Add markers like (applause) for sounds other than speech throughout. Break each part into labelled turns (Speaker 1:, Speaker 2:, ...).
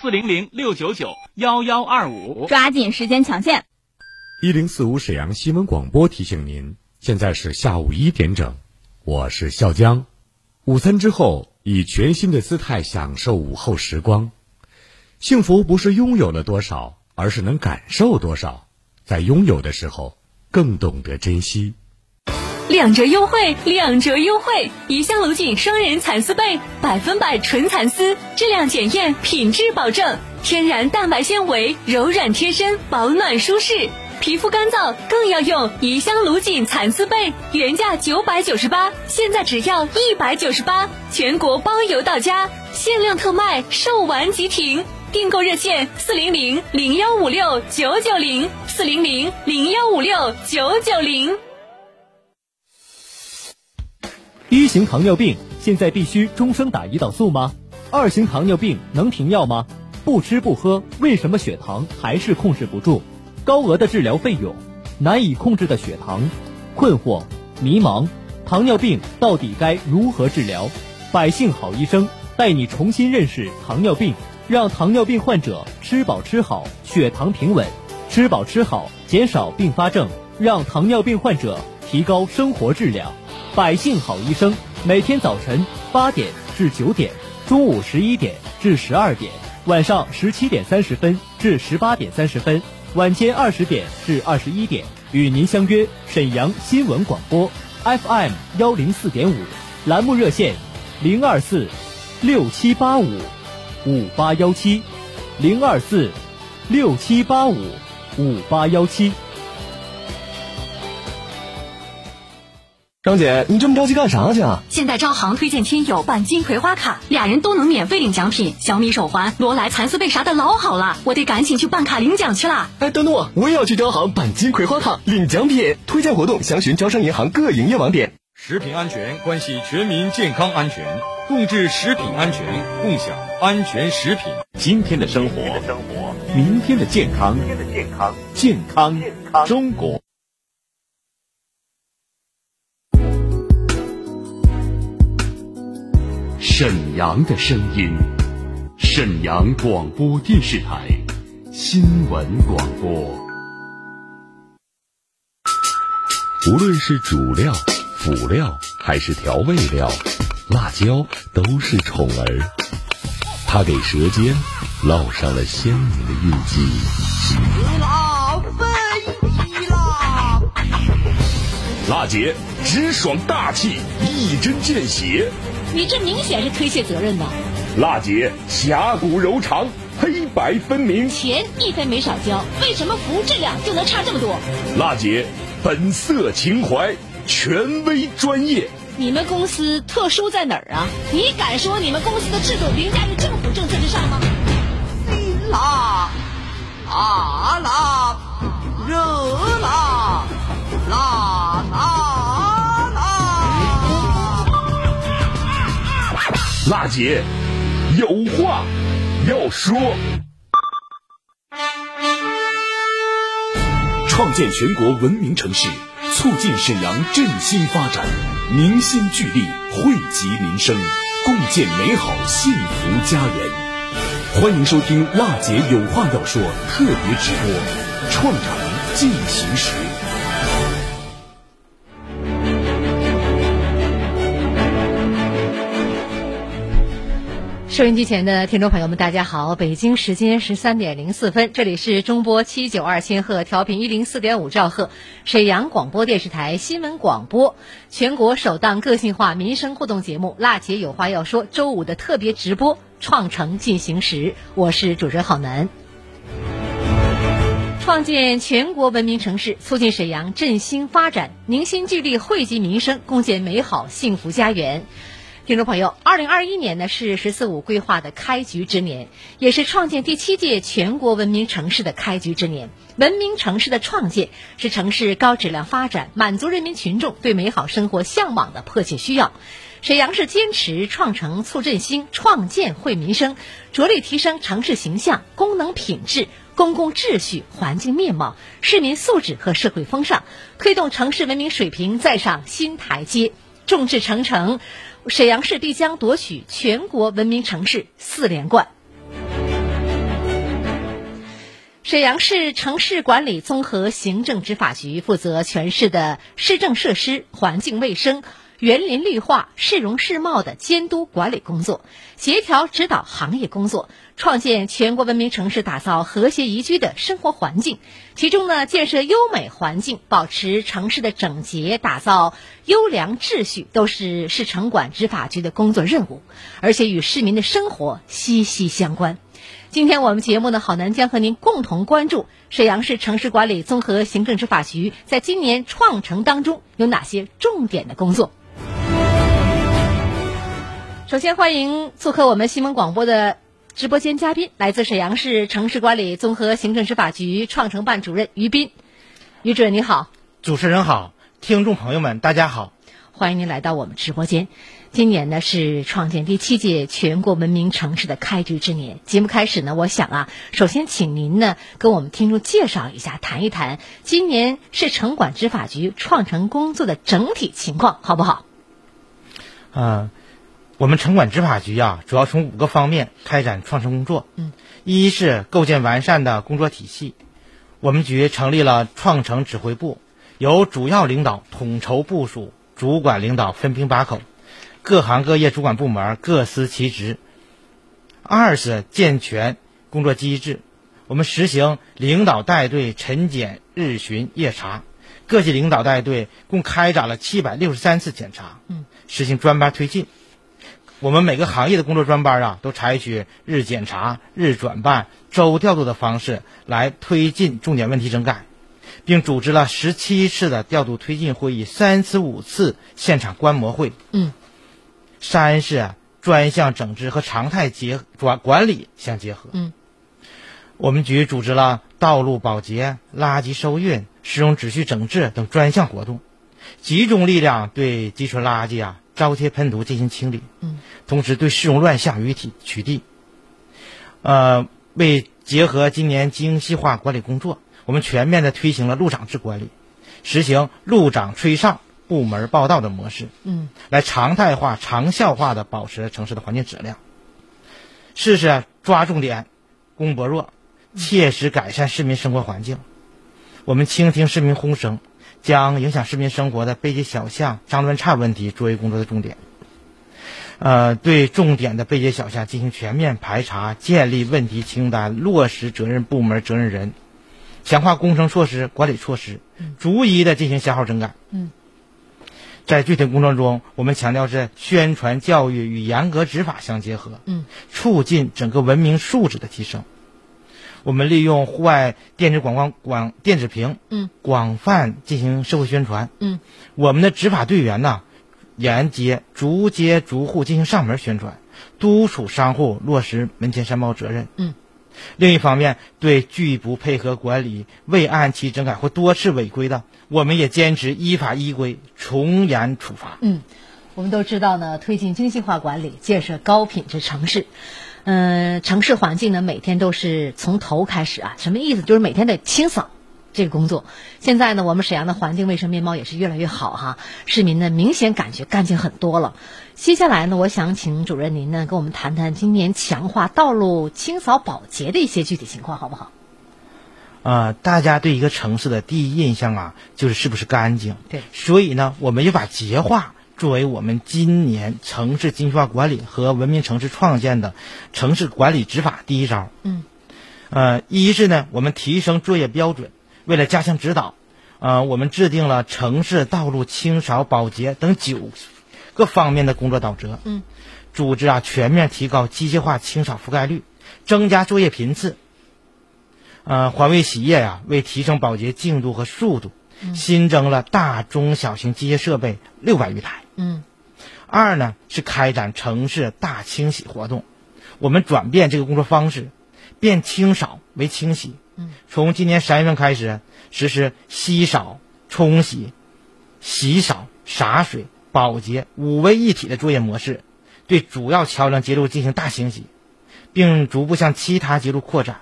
Speaker 1: 四零零六九九幺幺二五。
Speaker 2: 抓紧时间抢线。
Speaker 3: 一零四五沈阳新闻广播提醒您，现在是下午一点整，我是笑江。午餐之后，以全新的姿态享受午后时光。幸福不是拥有了多少，而是能感受多少。在拥有的时候，更懂得珍惜。
Speaker 4: 两折优惠，两折优惠！怡香楼锦双人蚕丝被，百分百纯蚕丝，质量检验，品质保证，天然蛋白纤维，柔软贴身，保暖舒适。皮肤干燥更要用怡香炉锦蚕丝被，原价九百九十八，现在只要一百九十八，全国包邮到家，限量特卖，售完即停。订购热线：四零零零幺五六九九零，四零零零幺五六九九零。
Speaker 5: 一型糖尿病现在必须终生打胰岛素吗？二型糖尿病能停药吗？不吃不喝，为什么血糖还是控制不住？高额的治疗费用，难以控制的血糖，困惑、迷茫，糖尿病到底该如何治疗？百姓好医生带你重新认识糖尿病，让糖尿病患者吃饱吃好，血糖平稳，吃饱吃好，减少并发症，让糖尿病患者提高生活质量。百姓好医生每天早晨八点至九点，中午十一点至十二点，晚上十七点三十分至十八点三十分。晚间二十点至二十一点，与您相约沈阳新闻广播 FM 幺零四点五，栏目热线零二四六七八五五八幺七零二四六七八五五八幺七。
Speaker 6: 张姐，你这么着急干啥去啊？
Speaker 4: 现在招行推荐亲友办金葵花卡，俩人都能免费领奖品，小米手环、罗莱蚕丝被啥的老好了，我得赶紧去办卡领奖去了。
Speaker 6: 哎，等等我，我也要去招行办金葵花卡领奖品。推荐活动详询招商银行各营业网点。
Speaker 7: 食品安全关系全民健康安全，共治食品安全，共享安全食品。
Speaker 8: 今天的生活，明天的健康，明天的健康，健康中国。沈阳的声音，沈阳广播电视台新闻广播。
Speaker 3: 无论是主料、辅料还是调味料，辣椒都是宠儿，它给舌尖烙上了鲜明的印记。
Speaker 9: 老飞机啦！
Speaker 8: 辣姐直爽大气，一针见血。
Speaker 10: 你这明显是推卸责任呐！
Speaker 8: 辣姐侠骨柔肠，黑白分明，
Speaker 10: 钱一分没少交，为什么服务质量就能差这么多？
Speaker 8: 辣姐本色情怀，权威专业。
Speaker 10: 你们公司特殊在哪儿啊？你敢说你们公司的制度凌驾于政府政策之上吗？
Speaker 9: 啦啊啦，热啦啦啦啦！
Speaker 8: 辣姐有话要说。
Speaker 11: 创建全国文明城市，促进沈阳振兴发展，凝心聚力，惠及民生，共建美好幸福家园。欢迎收听《辣姐有话要说》特别直播《创城进行时》。
Speaker 12: 收音机前的听众朋友们，大家好！北京时间十三点零四分，这里是中波七九二千赫调频一零四点五兆赫，沈阳广播电视台新闻广播全国首档个性化民生互动节目《辣姐有话要说》周五的特别直播《创城进行时》，我是主持人郝楠。创建全国文明城市，促进沈阳振兴发展，凝心聚力，惠及民生，共建美好幸福家园。听众朋友，二零二一年呢是“十四五”规划的开局之年，也是创建第七届全国文明城市的开局之年。文明城市的创建是城市高质量发展、满足人民群众对美好生活向往的迫切需要。沈阳市坚持创城促振兴、创建惠民生，着力提升城市形象、功能品质、公共秩序、环境面貌、市民素质和社会风尚，推动城市文明水平再上新台阶。众志成城，沈阳市必将夺取全国文明城市四连冠。沈阳市城市管理综合行政执法局负责全市的市政设施、环境卫生、园林绿化、市容市貌的监督管理工作，协调指导行业工作，创建全国文明城市，打造和谐宜居的生活环境。其中呢，建设优美环境，保持城市的整洁，打造优良秩序，都是市城管执法局的工作任务，而且与市民的生活息息相关。今天我们节目呢，好男将和您共同关注沈阳市城市管理综合行政执法局在今年创城当中有哪些重点的工作。首先欢迎做客我们新闻广播的直播间嘉宾，来自沈阳市城市管理综合行政执法局创城办主任于斌。于主任你好，
Speaker 2: 主持人好，听众朋友们大家好，
Speaker 12: 欢迎您来到我们直播间。今年呢是创建第七届全国文明城市的开局之年。节目开始呢，我想啊，首先请您呢跟我们听众介绍一下，谈一谈今年市城管执法局创城工作的整体情况，好不好？
Speaker 2: 啊、我们城管执法局啊，主要从五个方面开展创城工作。
Speaker 12: 嗯，
Speaker 2: 一是构建完善的工作体系，我们局成立了创城指挥部，由主要领导统筹部署，主管领导分兵把口，各行各业主管部门各司其职。二是健全工作机制，我们实行领导带队晨检、日巡、夜查，各级领导带队共开展了七百六十三次检查，
Speaker 12: 嗯，
Speaker 2: 实行专班推进。我们每个行业的工作专班啊，都采取日检查、日转办、周调度的方式来推进重点问题整改，并组织了十七次的调度推进会议、三十五次现场观摩会。
Speaker 12: 嗯，
Speaker 2: 三是啊专项整治和常态结管管理相结合。
Speaker 12: 嗯，
Speaker 2: 我们局组织了道路保洁、垃圾收运、市容秩序整治等专项活动，集中力量对积存垃圾啊、招贴喷涂进行清理。
Speaker 12: 嗯，
Speaker 2: 同时对市容乱象予以取取缔。呃，为结合今年精细化管理工作，我们全面的推行了路长制管理，实行路长吹哨、部门报道的模式，
Speaker 12: 嗯
Speaker 2: 来常态化、长效化的保持城市的环境质量。试试抓重点，攻薄弱，切实改善市民生活环境。我们倾听市民呼声，将影响市民生活的背街小巷、脏乱差问题作为工作的重点。呃，对重点的背街小巷进行全面排查，建立问题清单，落实责任部门、责任人，强化工程措施、管理措施，逐一的进行消耗整改。
Speaker 12: 嗯，
Speaker 2: 在具体工作中，我们强调是宣传教育与严格执法相结合，
Speaker 12: 嗯，
Speaker 2: 促进整个文明素质的提升。我们利用户外电子广告广电子屏，
Speaker 12: 嗯
Speaker 2: 广泛进行社会宣传。
Speaker 12: 嗯
Speaker 2: 我们的执法队员呢，沿街逐街逐户进行上门宣传，督促商户落实门前三包责任。
Speaker 12: 嗯，
Speaker 2: 另一方面，对拒不配合管理、未按期整改或多次违规的，我们也坚持依法依规从严处罚。
Speaker 12: 嗯，我们都知道呢，推进精细化管理，建设高品质城市。嗯，城市环境呢，每天都是从头开始啊。什么意思？就是每天得清扫这个工作。现在呢，我们沈阳的环境卫生面貌也是越来越好哈，市民呢明显感觉干净很多了。接下来呢，我想请主任您呢跟我们谈谈今年强化道路清扫保洁的一些具体情况，好不好？
Speaker 2: 啊、大家对一个城市的第一印象啊，就是是不是干净。
Speaker 12: 对，
Speaker 2: 所以呢，我们也把洁化作为我们今年城市精细化管理和文明城市创建的城市管理执法第一招。
Speaker 12: 嗯，
Speaker 2: 呃，一是呢，我们提升作业标准，为了加强指导，呃，我们制定了城市道路清扫、保洁等九各方面的工作导则。
Speaker 12: 嗯，
Speaker 2: 组织啊全面提高机械化清扫覆盖率，增加作业频次。呃，环卫洗业呀、为提升保洁进度和速度，
Speaker 12: 嗯
Speaker 2: 新增了大中小型机械设备六百余台。
Speaker 12: 嗯
Speaker 2: 二呢是开展城市大清洗活动，我们转变这个工作方式，变清扫为清洗。
Speaker 12: 嗯，
Speaker 2: 从今年三月份开始实施吸扫、冲洗、洗扫、洒水、保洁五位一体的作业模式，对主要桥梁结构进行大清洗，并逐步向其他结构扩展。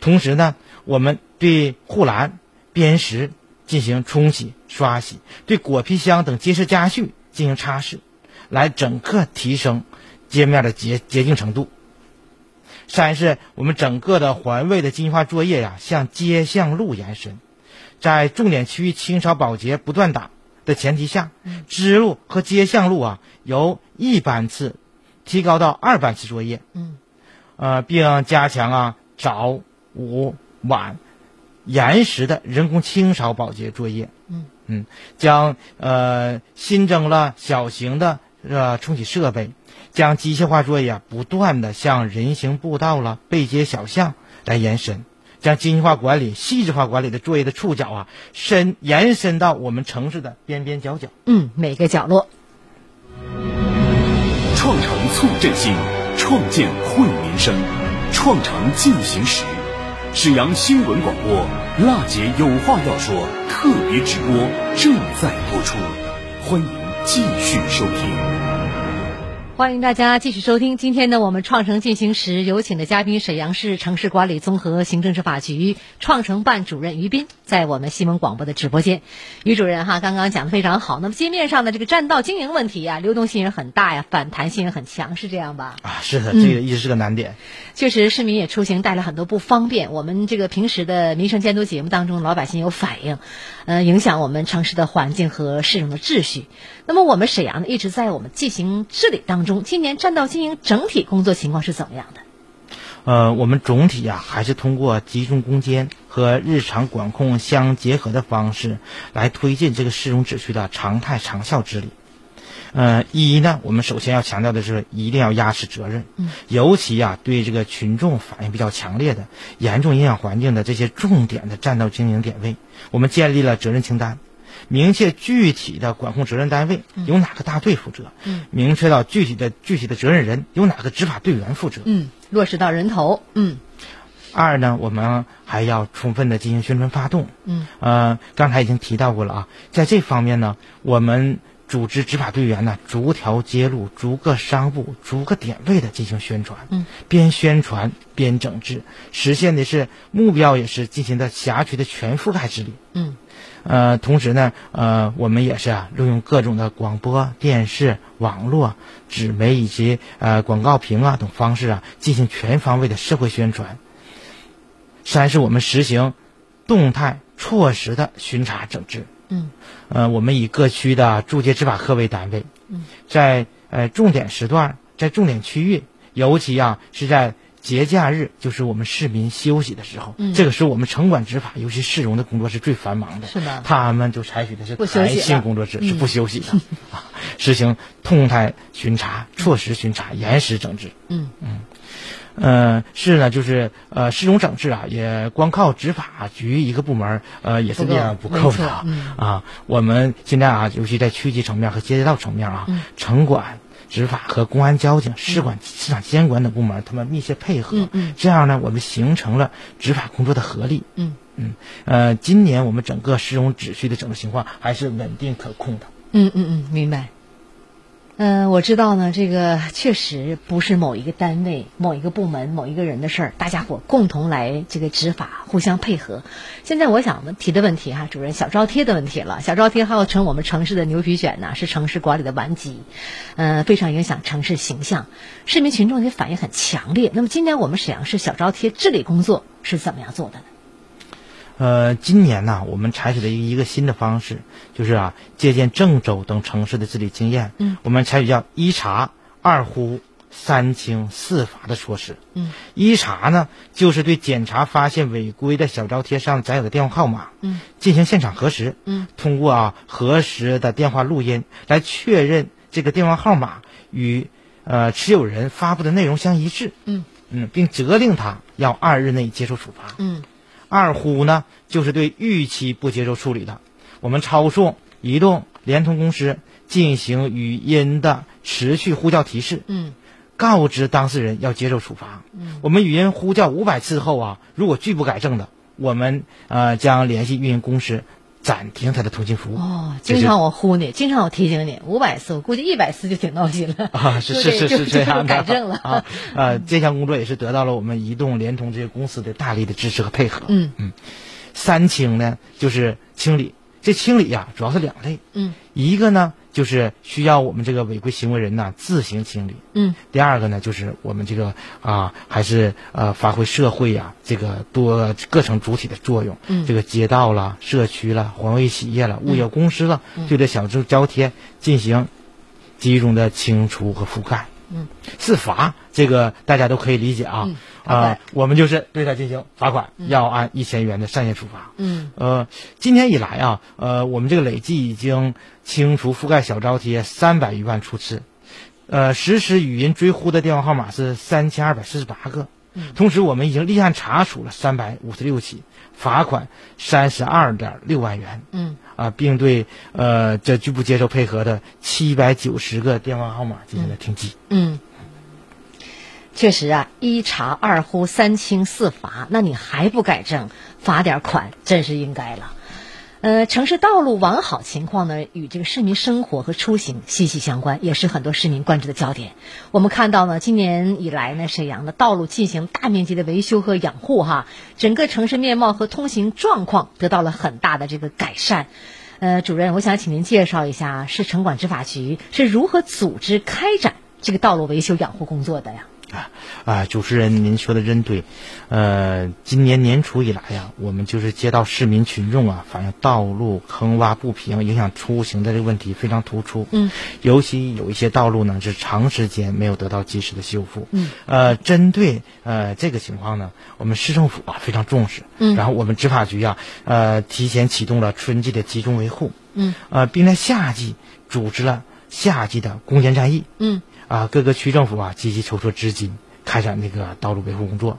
Speaker 2: 同时呢，我们对护栏、边石进行冲洗、刷洗，对果皮箱等街市家具进行擦拭，来整个提升街面的洁洁净程度。山是我们整个的环卫的精化作业呀、向街巷路延伸，在重点区域清扫保洁不断打的前提下，支路和街巷路啊由一班次提高到二班次作业，
Speaker 12: 嗯，
Speaker 2: 呃，并加强啊早午晚延时的人工清扫保洁作业，
Speaker 12: 嗯
Speaker 2: 嗯，将呃新增了小型的呃冲洗设备，将机械化作业啊不断的向人行步道了、背街小巷来延伸，将精细化管理、细致化管理的作业的触角啊伸延伸到我们城市的边边角角。
Speaker 12: 嗯，每个角落。
Speaker 11: 创城促振兴，创建惠民生，创城进行时。沈阳新闻广播《辣姐有话要说》特别直播正在播出，欢迎继续收听。
Speaker 12: 欢迎大家继续收听。今天呢，我们创城进行时有请的嘉宾，沈阳市城市管理综合行政执法局创城办主任于斌，在我们西蒙广播的直播间。于主任哈，刚刚讲的非常好。那么街面上的这个占道经营问题啊，流动性也很大呀，反弹性也很强，是这样吧？
Speaker 2: 啊，是的，
Speaker 12: 嗯
Speaker 2: 这个一直是个难点。
Speaker 12: 确实，市民也出行带来很多不方便。我们这个平时的民生监督节目当中，老百姓有反映，呃，影响我们城市的环境和市容的秩序。那么，我们沈阳呢，一直在我们进行治理当中。今年占道经营整体工作情况是怎么样的？
Speaker 2: 呃，我们总体啊还是通过集中攻坚和日常管控相结合的方式，来推进这个市容指区的常态长效治理。呃，一呢，我们首先要强调的是，一定要压实责任，
Speaker 12: 嗯
Speaker 2: 尤其啊，对这个群众反应比较强烈的、严重影响环境的这些重点的占道经营点位，我们建立了责任清单，明确具体的管控责任单位由哪个大队负责，
Speaker 12: 嗯
Speaker 2: 明确到具体的具体的责任人由哪个执法队员负责，
Speaker 12: 嗯，落实到人头，嗯
Speaker 2: 二呢，我们还要充分的进行宣传发动。
Speaker 12: 嗯
Speaker 2: 呃，刚才已经提到过了啊，在这方面呢，我们组织执法队员呢，逐条街路、逐个商铺、逐个点位的进行宣传。
Speaker 12: 嗯，
Speaker 2: 边宣传边整治，实现的是目标也是进行的辖区的全覆盖治理。
Speaker 12: 嗯
Speaker 2: 呃，同时呢，呃，我们也是啊，利用各种的广播电视、网络、纸媒以及呃广告屏啊等方式啊，进行全方位的社会宣传。三是我们实行动态措施的巡查整治。
Speaker 12: 嗯
Speaker 2: 呃，我们以各区的住街执法科为单位，
Speaker 12: 嗯
Speaker 2: 在呃重点时段，在重点区域，尤其啊是在节假日，就是我们市民休息的时候，
Speaker 12: 嗯
Speaker 2: 这个时候我们城管执法，尤其市容的工作是最繁忙的，
Speaker 12: 是的
Speaker 2: 他们就采取的是
Speaker 12: 不休
Speaker 2: 弹
Speaker 12: 息了
Speaker 2: 性工作制，是
Speaker 12: 嗯
Speaker 2: 不休息的，啊，实行动态巡查、措施巡查、延时整治。
Speaker 12: 嗯
Speaker 2: 呃，是呢，就是呃，市容整治啊，也光靠执法局一个部门儿，呃，也是力量不
Speaker 12: 不够
Speaker 2: 够
Speaker 12: 没错
Speaker 2: 的啊
Speaker 12: 嗯
Speaker 2: 啊。我们现在啊，尤其在区级层面和街道层面啊，
Speaker 12: 嗯
Speaker 2: 城管、执法和公安交警、市管、市场监管等部门，他们密切配合，
Speaker 12: 嗯嗯
Speaker 2: 这样呢，我们形成了执法工作的合力。
Speaker 12: 嗯
Speaker 2: 嗯，呃，今年我们整个市容秩序的整个情况还是稳定可控的。
Speaker 12: 嗯嗯嗯，明白。嗯、我知道呢，这个确实不是某一个单位、某一个部门、某一个人的事儿，大家伙共同来这个执法，互相配合。现在我想问提的问题哈、主任小招贴的问题了，小招贴号称我们城市的牛皮癣呐、是城市管理的顽疾，呃，非常影响城市形象，市民群众也反应很强烈。那么今年我们沈阳市小招贴治理工作是怎么样做的呢？
Speaker 2: 呃，今年呢、我们采取了一个新的方式，就是啊，借鉴郑州等城市的治理经验，
Speaker 12: 嗯
Speaker 2: 我们采取叫一查、二呼、三清、四罚的措施。
Speaker 12: 嗯
Speaker 2: 一查呢，就是对检查发现违规的小招贴上载有的电话号码
Speaker 12: 嗯
Speaker 2: 进行现场核实，
Speaker 12: 嗯
Speaker 2: 通过啊核实的电话录音来确认这个电话号码与呃持有人发布的内容相一致，
Speaker 12: 嗯
Speaker 2: 嗯，并责令他要二日内接受处罚。
Speaker 12: 嗯
Speaker 2: 二呼呢，就是对逾期不接受处理的，我们超速、移动、联通公司进行语音的持续呼叫提示，
Speaker 12: 嗯
Speaker 2: 告知当事人要接受处罚。
Speaker 12: 嗯
Speaker 2: 我们语音呼叫五百次后啊，如果拒不改正的，我们呃将联系运营公司暂停他的通信服务。
Speaker 12: 哦，
Speaker 2: 这是
Speaker 12: 经常我呼你，经常我提醒你，五百次，我估计一百次就挺闹心了。
Speaker 2: (laughs) 啊，是是是
Speaker 12: 就是
Speaker 2: 这样的，
Speaker 12: 改正了
Speaker 2: 啊，呃，这项工作也是得到了我们移动、联通这些公司的大力的支持和配合。
Speaker 12: 嗯
Speaker 2: 嗯，三清呢，就是清理这清理呀、主要是两类，
Speaker 12: 嗯
Speaker 2: 一个呢就是需要我们这个违规行为人呐自行清理，
Speaker 12: 嗯
Speaker 2: 第二个呢，就是我们这个啊，还是呃，发挥社会呀、这个多各层主体的作用，
Speaker 12: 嗯
Speaker 2: 这个街道啦、社区啦、环卫企业啦、
Speaker 12: 嗯
Speaker 2: 物业公司啦，
Speaker 12: 嗯
Speaker 2: 对这小住交贴进行集中的清除和覆盖。
Speaker 12: 嗯，
Speaker 2: 是罚，这个大家都可以理解啊。
Speaker 12: 罚款
Speaker 2: 啊，我们就是对他进行罚款，
Speaker 12: 嗯
Speaker 2: 要按一千元的善业处罚。
Speaker 12: 嗯
Speaker 2: 呃，今年以来啊，呃，我们这个累计已经清除覆盖小招贴三百余万处次，呃，实时语音追呼的电话号码是三千二百四十八个。
Speaker 12: 嗯
Speaker 2: 同时，我们已经立案查处了三百五十六起，罚款三十二点六万元
Speaker 12: 嗯
Speaker 2: 啊，并对呃这拒不接受配合的七百九十个电话号码进行了停机。
Speaker 12: 嗯，确实啊，一查二呼三清四罚，那你还不改正，罚点款真是应该了。呃，城市道路完好情况呢，与这个市民生活和出行息息相关，也是很多市民关注的焦点。我们看到呢，今年以来呢，沈阳的道路进行大面积的维修和养护，哈，整个城市面貌和通行状况得到了很大的这个改善。呃，主任，我想请您介绍一下市城管执法局是如何组织开展这个道路维修养护工作的呀？
Speaker 2: 啊，主持人，您说的真对。呃，今年年初以来呀、我们就是接到市民群众啊反映道路坑洼不平，影响出行的这个问题非常突出。
Speaker 12: 嗯，
Speaker 2: 尤其有一些道路呢是长时间没有得到及时的修复。
Speaker 12: 嗯，
Speaker 2: 呃，针对呃这个情况呢，我们市政府啊非常重视。
Speaker 12: 嗯
Speaker 2: 然后我们执法局啊，呃，提前启动了春季的集中维护。
Speaker 12: 嗯
Speaker 2: 呃，并在夏季组织了夏季的攻坚战役。
Speaker 12: 嗯
Speaker 2: 啊，各个区政府啊积极筹措资金，开展这个道路维护工作。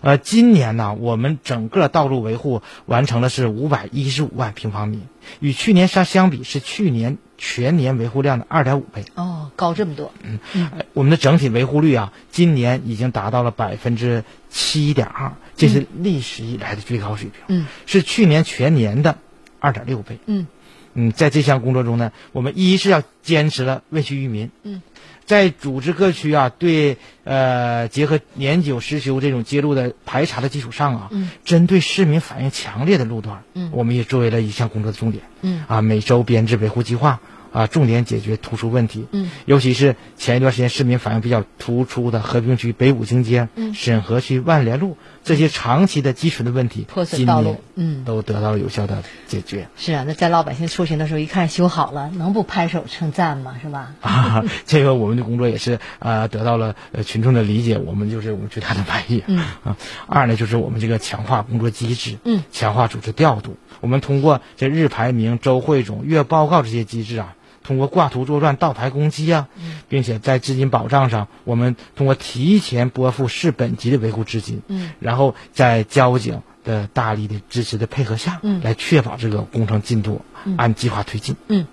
Speaker 2: 呃，今年呢，我们整个道路维护完成了是五百一十五万平方米，与去年相相比是去年全年维护量的二点五倍。
Speaker 12: 哦，高这么多，嗯
Speaker 2: 呃我们的整体维护率啊，今年已经达到了百分之七点二，这是历史以来的最高水平，
Speaker 12: 嗯
Speaker 2: 是去年全年的二点六倍。
Speaker 12: 嗯
Speaker 2: 嗯，在这项工作中呢，我们一是要坚持了为区域民，
Speaker 12: 嗯
Speaker 2: 在组织各区啊，对呃结合年久失修这种揭露的排查的基础上啊，
Speaker 12: 嗯
Speaker 2: 针对市民反映强烈的路段，
Speaker 12: 嗯
Speaker 2: 我们也作为了一项工作的重点
Speaker 12: 嗯
Speaker 2: 啊，每周编制维护计划啊，重点解决突出问题。
Speaker 12: 嗯
Speaker 2: 尤其是前一段时间市民反映比较突出的和平区北五经街、
Speaker 12: 嗯
Speaker 2: 沈河区万联路这些长期的积存的问题，
Speaker 12: 破损道路
Speaker 2: 今年
Speaker 12: 嗯
Speaker 2: 都得到了有效的解决。
Speaker 12: 是啊，那在老百姓出行的时候一看修好了，能不拍手称赞吗？是吧？
Speaker 2: (laughs) 啊，这个我们的工作也是呃得到了呃群众的理解，我们就是我们最大的满意。
Speaker 12: 嗯
Speaker 2: 啊，二呢就是我们这个强化工作机制，
Speaker 12: 嗯
Speaker 2: 强化组织调度。我们通过这日排名、周汇总、月报告这些机制啊，通过挂图作战、倒排攻击啊，
Speaker 12: 嗯
Speaker 2: 并且在资金保障上，我们通过提前拨付市本级的维护资金，
Speaker 12: 嗯
Speaker 2: 然后在交警的大力的支持的配合下，
Speaker 12: 嗯
Speaker 2: 来确保这个工程进度
Speaker 12: 嗯
Speaker 2: 按计划推进。
Speaker 12: 嗯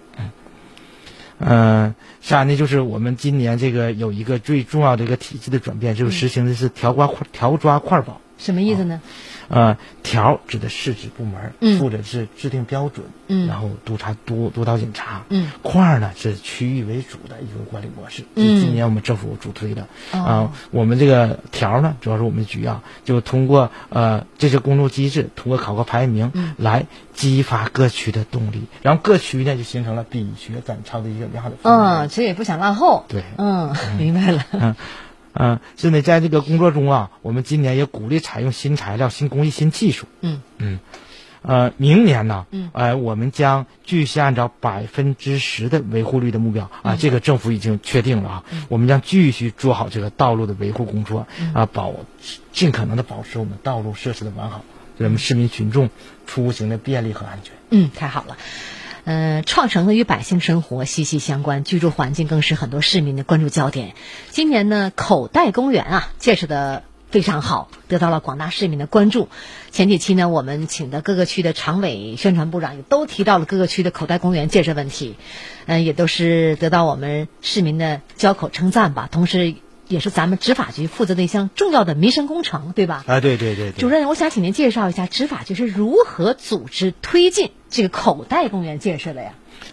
Speaker 2: 嗯，三呢，就是我们今年这个有一个最重要的一个体制的转变，就是实行的是条抓块条抓块保。
Speaker 12: 什么意思呢？
Speaker 2: 呃，条指的市直部门，
Speaker 12: 嗯
Speaker 2: 负责是制定标准，
Speaker 12: 嗯
Speaker 2: 然后督察督督导检查，
Speaker 12: 嗯
Speaker 2: 块呢是区域为主的一个管理模式，
Speaker 12: 嗯
Speaker 2: 这是今年我们政府主推的。
Speaker 12: 哦
Speaker 2: 啊、我们这个条呢，主要是我们局啊，就通过呃这些工作机制，通过考核排名、
Speaker 12: 嗯
Speaker 2: 来激发各区的动力，然后各区呢就形成了比学赶超的一个良好的氛围。
Speaker 12: 嗯，这也不想落后。
Speaker 2: 对
Speaker 12: 嗯，明白了。 (laughs)
Speaker 2: 嗯，嗯，是呢，在这个工作中啊，我们今年也鼓励采用新材料、新工艺、新技术。
Speaker 12: 嗯
Speaker 2: 嗯，呃，明年呢，
Speaker 12: 嗯
Speaker 2: 呃，我们将继续按照百分之十的维护率的目标
Speaker 12: 嗯
Speaker 2: 啊，这个政府已经确定了啊，我们将继续做好这个道路的维护工作
Speaker 12: 嗯
Speaker 2: 啊，保尽可能的保持我们道路设施的完好，人们市民群众出行的便利和安全。
Speaker 12: 嗯，太好了。呃，创城呢与百姓生活息息相关，居住环境更是很多市民的关注焦点。今年呢，口袋公园啊建设的非常好，得到了广大市民的关注。前几期呢，我们请的各个区的常委、宣传部长也都提到了各个区的口袋公园建设问题，嗯、也都是得到我们市民的交口称赞吧。同时，也是咱们执法局负责的一项重要的民生工程，对吧？
Speaker 2: 啊，对对对对
Speaker 12: 主任，我想请您介绍一下执法局是如何组织推进这个口袋公园建设的呀？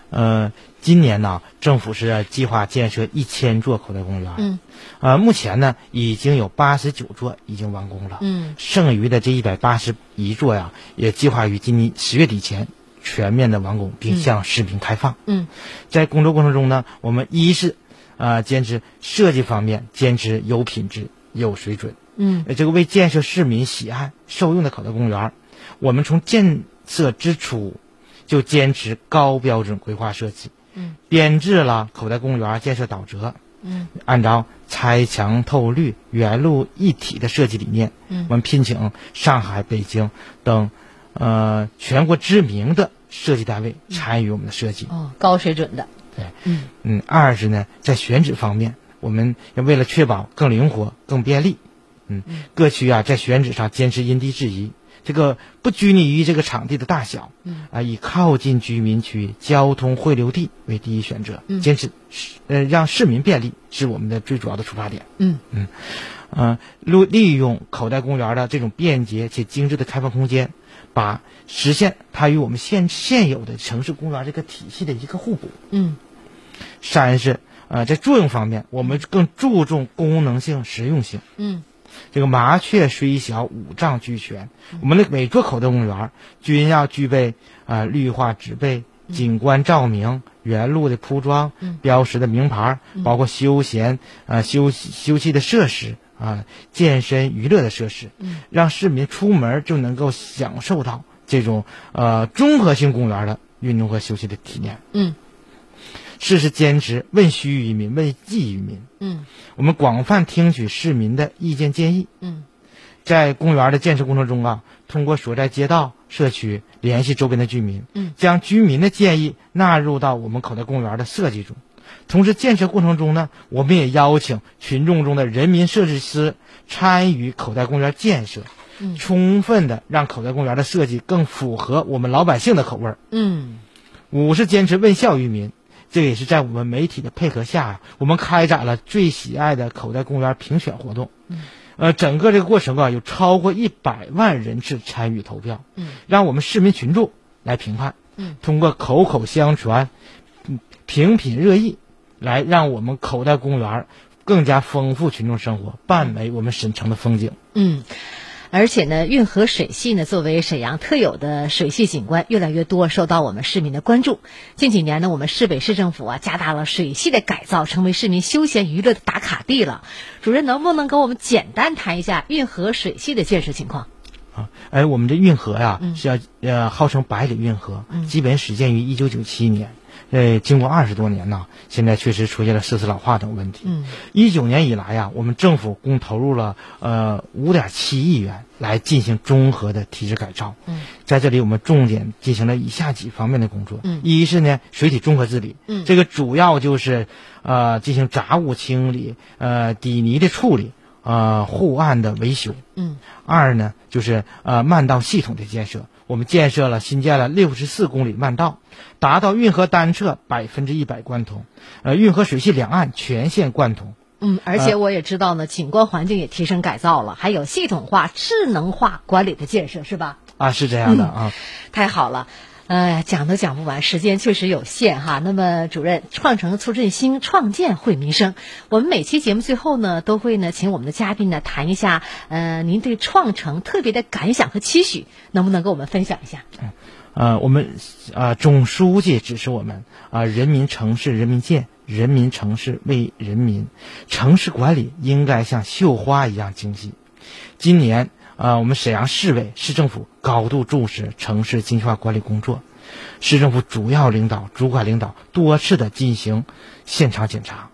Speaker 2: 呃，今年呢，政府是计划建设一千座口袋公园。
Speaker 12: 嗯。
Speaker 2: 呃，目前呢，已经有八十九座已经完工了。
Speaker 12: 嗯
Speaker 2: 剩余的这一百八十一座呀，也计划于今年十月底前全面的完工并
Speaker 12: 嗯
Speaker 2: 向市民开放。
Speaker 12: 嗯
Speaker 2: 在工作过程中呢，我们一是啊、呃坚持设计方面坚持有品质、有水准，
Speaker 12: 嗯
Speaker 2: 呃这个为建设市民喜爱受用的可乐公园儿，我们从建设之初就坚持高标准规划设计，
Speaker 12: 嗯
Speaker 2: 编制了口袋公园建设导则，
Speaker 12: 嗯
Speaker 2: 按照拆墙透绿、原路一体的设计理念，
Speaker 12: 嗯
Speaker 2: 我们聘请上海、北京等呃全国知名的设计单位
Speaker 12: 嗯
Speaker 2: 参与我们的设计。
Speaker 12: 哦，高水准的，
Speaker 2: 对，
Speaker 12: 嗯
Speaker 2: 嗯，二是呢，在选址方面，我们要为了确保更灵活、更便利，嗯，各区啊在选址上坚持因地制宜，这个不拘泥于这个场地的大小，
Speaker 12: 嗯
Speaker 2: 啊，以靠近居民区、交通汇流地为第一选择，
Speaker 12: 嗯
Speaker 2: 坚持市呃让市民便利是我们的最主要的出发点。
Speaker 12: 嗯
Speaker 2: 嗯，呃，利利用口袋公园的这种便捷且精致的开放空间，把实现它与我们现现有的城市公园这个体系的一个互补。
Speaker 12: 嗯
Speaker 2: 三是呃，在作用方面，我们更注重功能性、实用性。
Speaker 12: 嗯
Speaker 2: 这个麻雀虽小，五脏俱全。我们的每座口袋公园均要具备啊、呃绿化植被、景观照明、原路的铺装、
Speaker 12: 嗯
Speaker 2: 标识的名牌，包括休闲啊、呃休息休憩的设施啊、健身娱乐的设施，
Speaker 12: 嗯
Speaker 2: 让市民出门就能够享受到这种呃综合性公园的运动和休息的体验。
Speaker 12: 嗯
Speaker 2: 事事坚持问需于民，问计于民。
Speaker 12: 嗯
Speaker 2: 我们广泛听取市民的意见建议，
Speaker 12: 嗯
Speaker 2: 在公园的建设过程中啊，通过所在街道、社区联系周边的居民，
Speaker 12: 嗯
Speaker 2: 将居民的建议纳入到我们口袋公园的设计中。同时，建设过程中呢，我们也邀请群众中的人民设计师参与口袋公园建设，
Speaker 12: 嗯
Speaker 2: 充分的让口袋公园的设计更符合我们老百姓的口味儿。
Speaker 12: 嗯
Speaker 2: 五是坚持问效于民，这也是在我们媒体的配合下呀，我们开展了最喜爱的口袋公园评选活动。
Speaker 12: 嗯
Speaker 2: 呃，整个这个过程啊，有超过一百万人次参与投票，
Speaker 12: 嗯
Speaker 2: 让我们市民群众来评判，
Speaker 12: 嗯
Speaker 2: 通过口口相传、嗯评品热议，来让我们口袋公园更加丰富群众生活，伴美我们沈城的风景。
Speaker 12: 嗯。而且呢，运河水系呢，作为沈阳特有的水系景观，越来越多受到我们市民的关注。近几年呢，我们市北市政府啊，加大了水系的改造，成为市民休闲娱乐的打卡地了。主任，能不能给我们简单谈一下运河水系的建设情况？
Speaker 2: 啊，哎，我们这运河呀、
Speaker 12: 嗯
Speaker 2: 是要呃号称百里运河，
Speaker 12: 嗯
Speaker 2: 基本始建于一九九七年，呃，经过二十多年呐，现在确实出现了设施老化等问题。
Speaker 12: 嗯
Speaker 2: 一九年以来呀、我们政府共投入了呃五点七亿元来进行综合的体制改造。
Speaker 12: 嗯
Speaker 2: 在这里，我们重点进行了以下几方面的工作。
Speaker 12: 嗯
Speaker 2: 一是呢水体综合治理，
Speaker 12: 嗯
Speaker 2: 这个主要就是呃进行杂物清理、呃底泥的处理、呃护岸的维修。
Speaker 12: 嗯
Speaker 2: 二呢，就是呃慢道系统的建设，我们建设了新建了六十四公里慢道，达到运河单侧百分之一百贯通，呃运河水系两岸全线贯通。
Speaker 12: 嗯，而且我也知道呢，景观环境也提升改造了，还有系统化、智能化管理的建设，是吧？
Speaker 2: 啊，是这样的啊，
Speaker 12: 太好了。呃，讲都讲不完，时间确实有限哈。那么，主任，创城促振兴，创建惠民生。我们每期节目最后呢，都会呢，请我们的嘉宾呢谈一下，呃，您对创城特别的感想和期许，能不能跟我们分享一下？
Speaker 2: 呃，我们啊、呃总书记指示我们啊、人民城市人民建，人民城市为人民，城市管理应该像绣花一样精细。今年啊、呃我们沈阳市委市政府高度重视城市精细化管理工作，市政府主要领导、主管领导多次的进行现场检查，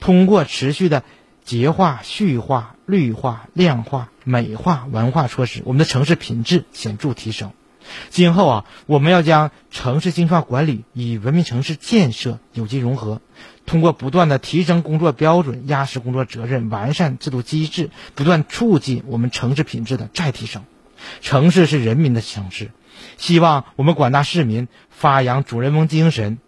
Speaker 2: 通过持续的洁化、序化、绿化、量化、美化、文化措施，我们的城市品质显著提升。今后啊，我们要将城市精细化管理与文明城市建设有机融合，通过不断的提升工作标准、压实工作责任、完善制度机制，不断促进我们城市品质的再提升。城市是人民的城市，希望我们广大市民发扬主人翁精神，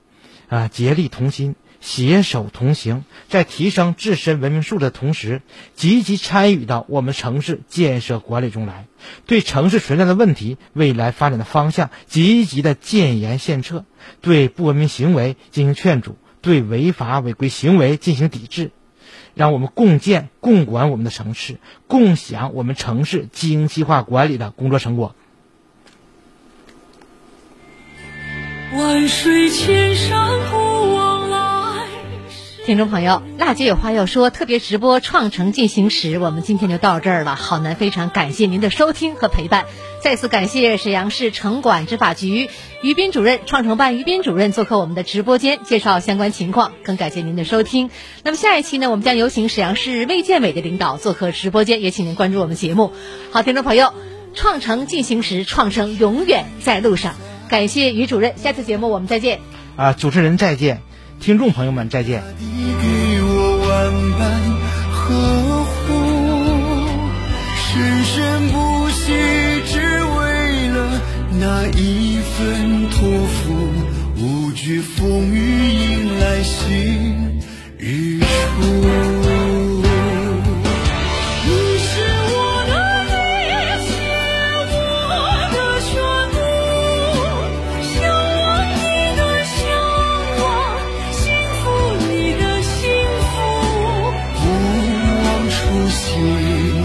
Speaker 2: 啊，竭力同心，携手同行，在提升自身文明素质的同时，积极参与到我们城市建设管理中来，对城市存在的问题、未来发展的方向积极的建言献策，对不文明行为进行劝阻，对违法违规行为进行抵制。让我们共建、共管我们的城市，共享我们城市精细化管理的工作成果。
Speaker 13: 万水千山不往来。
Speaker 12: 听众朋友，辣姐有话要说，特别直播《创城进行时》，我们今天就到这儿了。好男非常感谢您的收听和陪伴，再次感谢沈阳市城管执法局于斌主任、创城办于斌主任做客我们的直播间，介绍相关情况，更感谢您的收听。那么下一期呢，我们将有请沈阳市卫健委的领导做客直播间，也请您关注我们节目。好，听众朋友，《创城进行时》，创城永远在路上。感谢于主任，下次节目我们再见。
Speaker 2: 啊，主持人再见，听众朋友们再见。
Speaker 13: 给我万般呵护，生生不息，只为了那一份托付，无惧风雨，迎来新日出。你是我的一切，我的全部，向往你的向往，幸福你的幸福。不忘初心，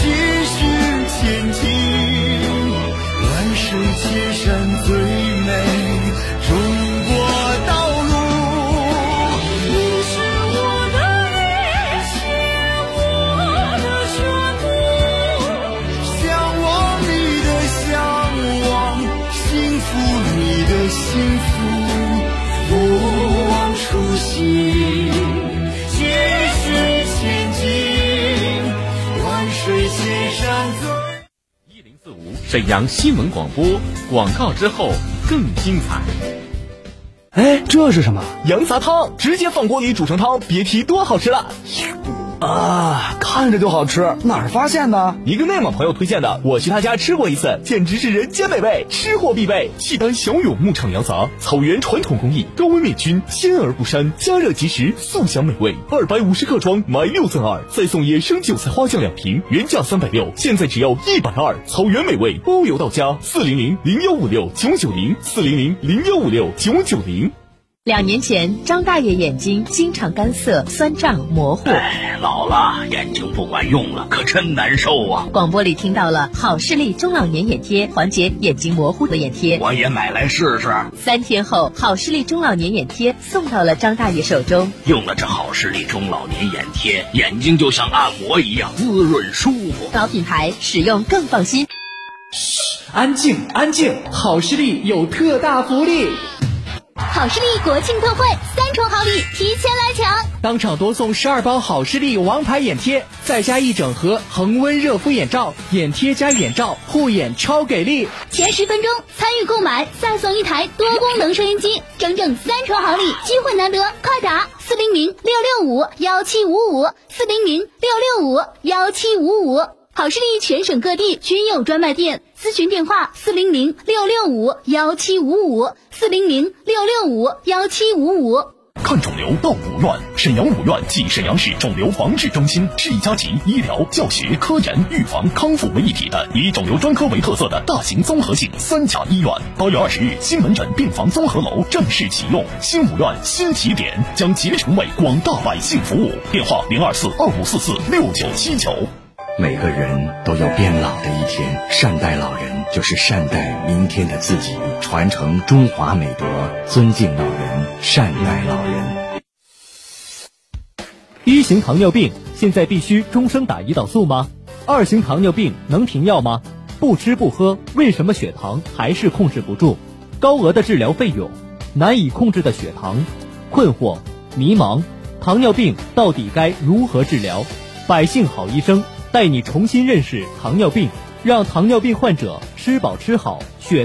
Speaker 13: 继续前进，万水千山最美。中国道路，你是我的一切，我的全部，向往你的向往，幸福你的幸福，不忘初心，继续前进，万水千山最。
Speaker 1: 四五沈阳新闻广播广告之后更精彩。
Speaker 6: 哎，这是什么？羊杂汤，直接放锅里煮成汤，别提多好吃了。啊，看着就好吃，哪儿发现的？一个内蒙朋友推荐的，我去他家吃过一次，简直是人间美味，吃货必备。契丹小勇牧场羊杂，草原传统工艺，高温灭菌，鲜而不膻，加热即食，速享美味。二百五十克装，买六赠二，再送野生韭菜花酱两瓶，原价三百六，现在只要一百二。草原美味，包邮到家。四零零零幺五六九九零，四零零零幺五六九九零。
Speaker 14: 两年前，张大爷眼睛经常干涩、酸胀、模糊。
Speaker 15: 老了，眼睛不管用了，可真难受啊！
Speaker 14: 广播里听到了好视力中老年眼贴，缓解眼睛模糊的眼贴。
Speaker 15: 我也买来试试。
Speaker 14: 三天后，好视力中老年眼贴送到了张大爷手中。
Speaker 15: 用了这好视力中老年眼贴，眼睛就像按摩一样滋润舒服。
Speaker 14: 高品牌，使用更放心。
Speaker 16: 安静，安静！好视力有特大福利，
Speaker 17: 好视力国庆特惠，三重好礼提前来抢！
Speaker 16: 当场多送十二包好视力王牌眼贴，再加一整盒恒温热敷眼罩、眼贴加眼罩，护眼超给力！
Speaker 17: 前十分钟参与购买，再送一台多功能收音机，整整三重好礼，机会难得，快打四零零六六五幺七五五，四零零六六五幺七五五。好视力全省各地均有专卖店，咨询电话四零零六六五幺七五五，四零零六六五幺七五五。
Speaker 11: 看肿瘤到五院，沈阳五院即沈阳市肿瘤防治中心，是一家集医疗、教学、科研、预防、康复为一体的，以肿瘤专科为特色的大型综合性三甲医院。八月二十日，新门诊病房综合楼正式启用，新五院新起点将竭诚为广大百姓服务。电话零二四二五四四六九七九。
Speaker 18: 每个人都有变老的一天，善待老人就是善待明天的自己，传承中华美德，尊敬老人，善待老人。
Speaker 5: 一型糖尿病现在必须终生打胰岛素吗？二型糖尿病能停药吗？不吃不喝，为什么血糖还是控制不住？高额的治疗费用，难以控制的血糖，困惑、迷茫，糖尿病到底该如何治疗？百姓好医生带你重新认识糖尿病，让糖尿病患者吃饱吃好，血糖。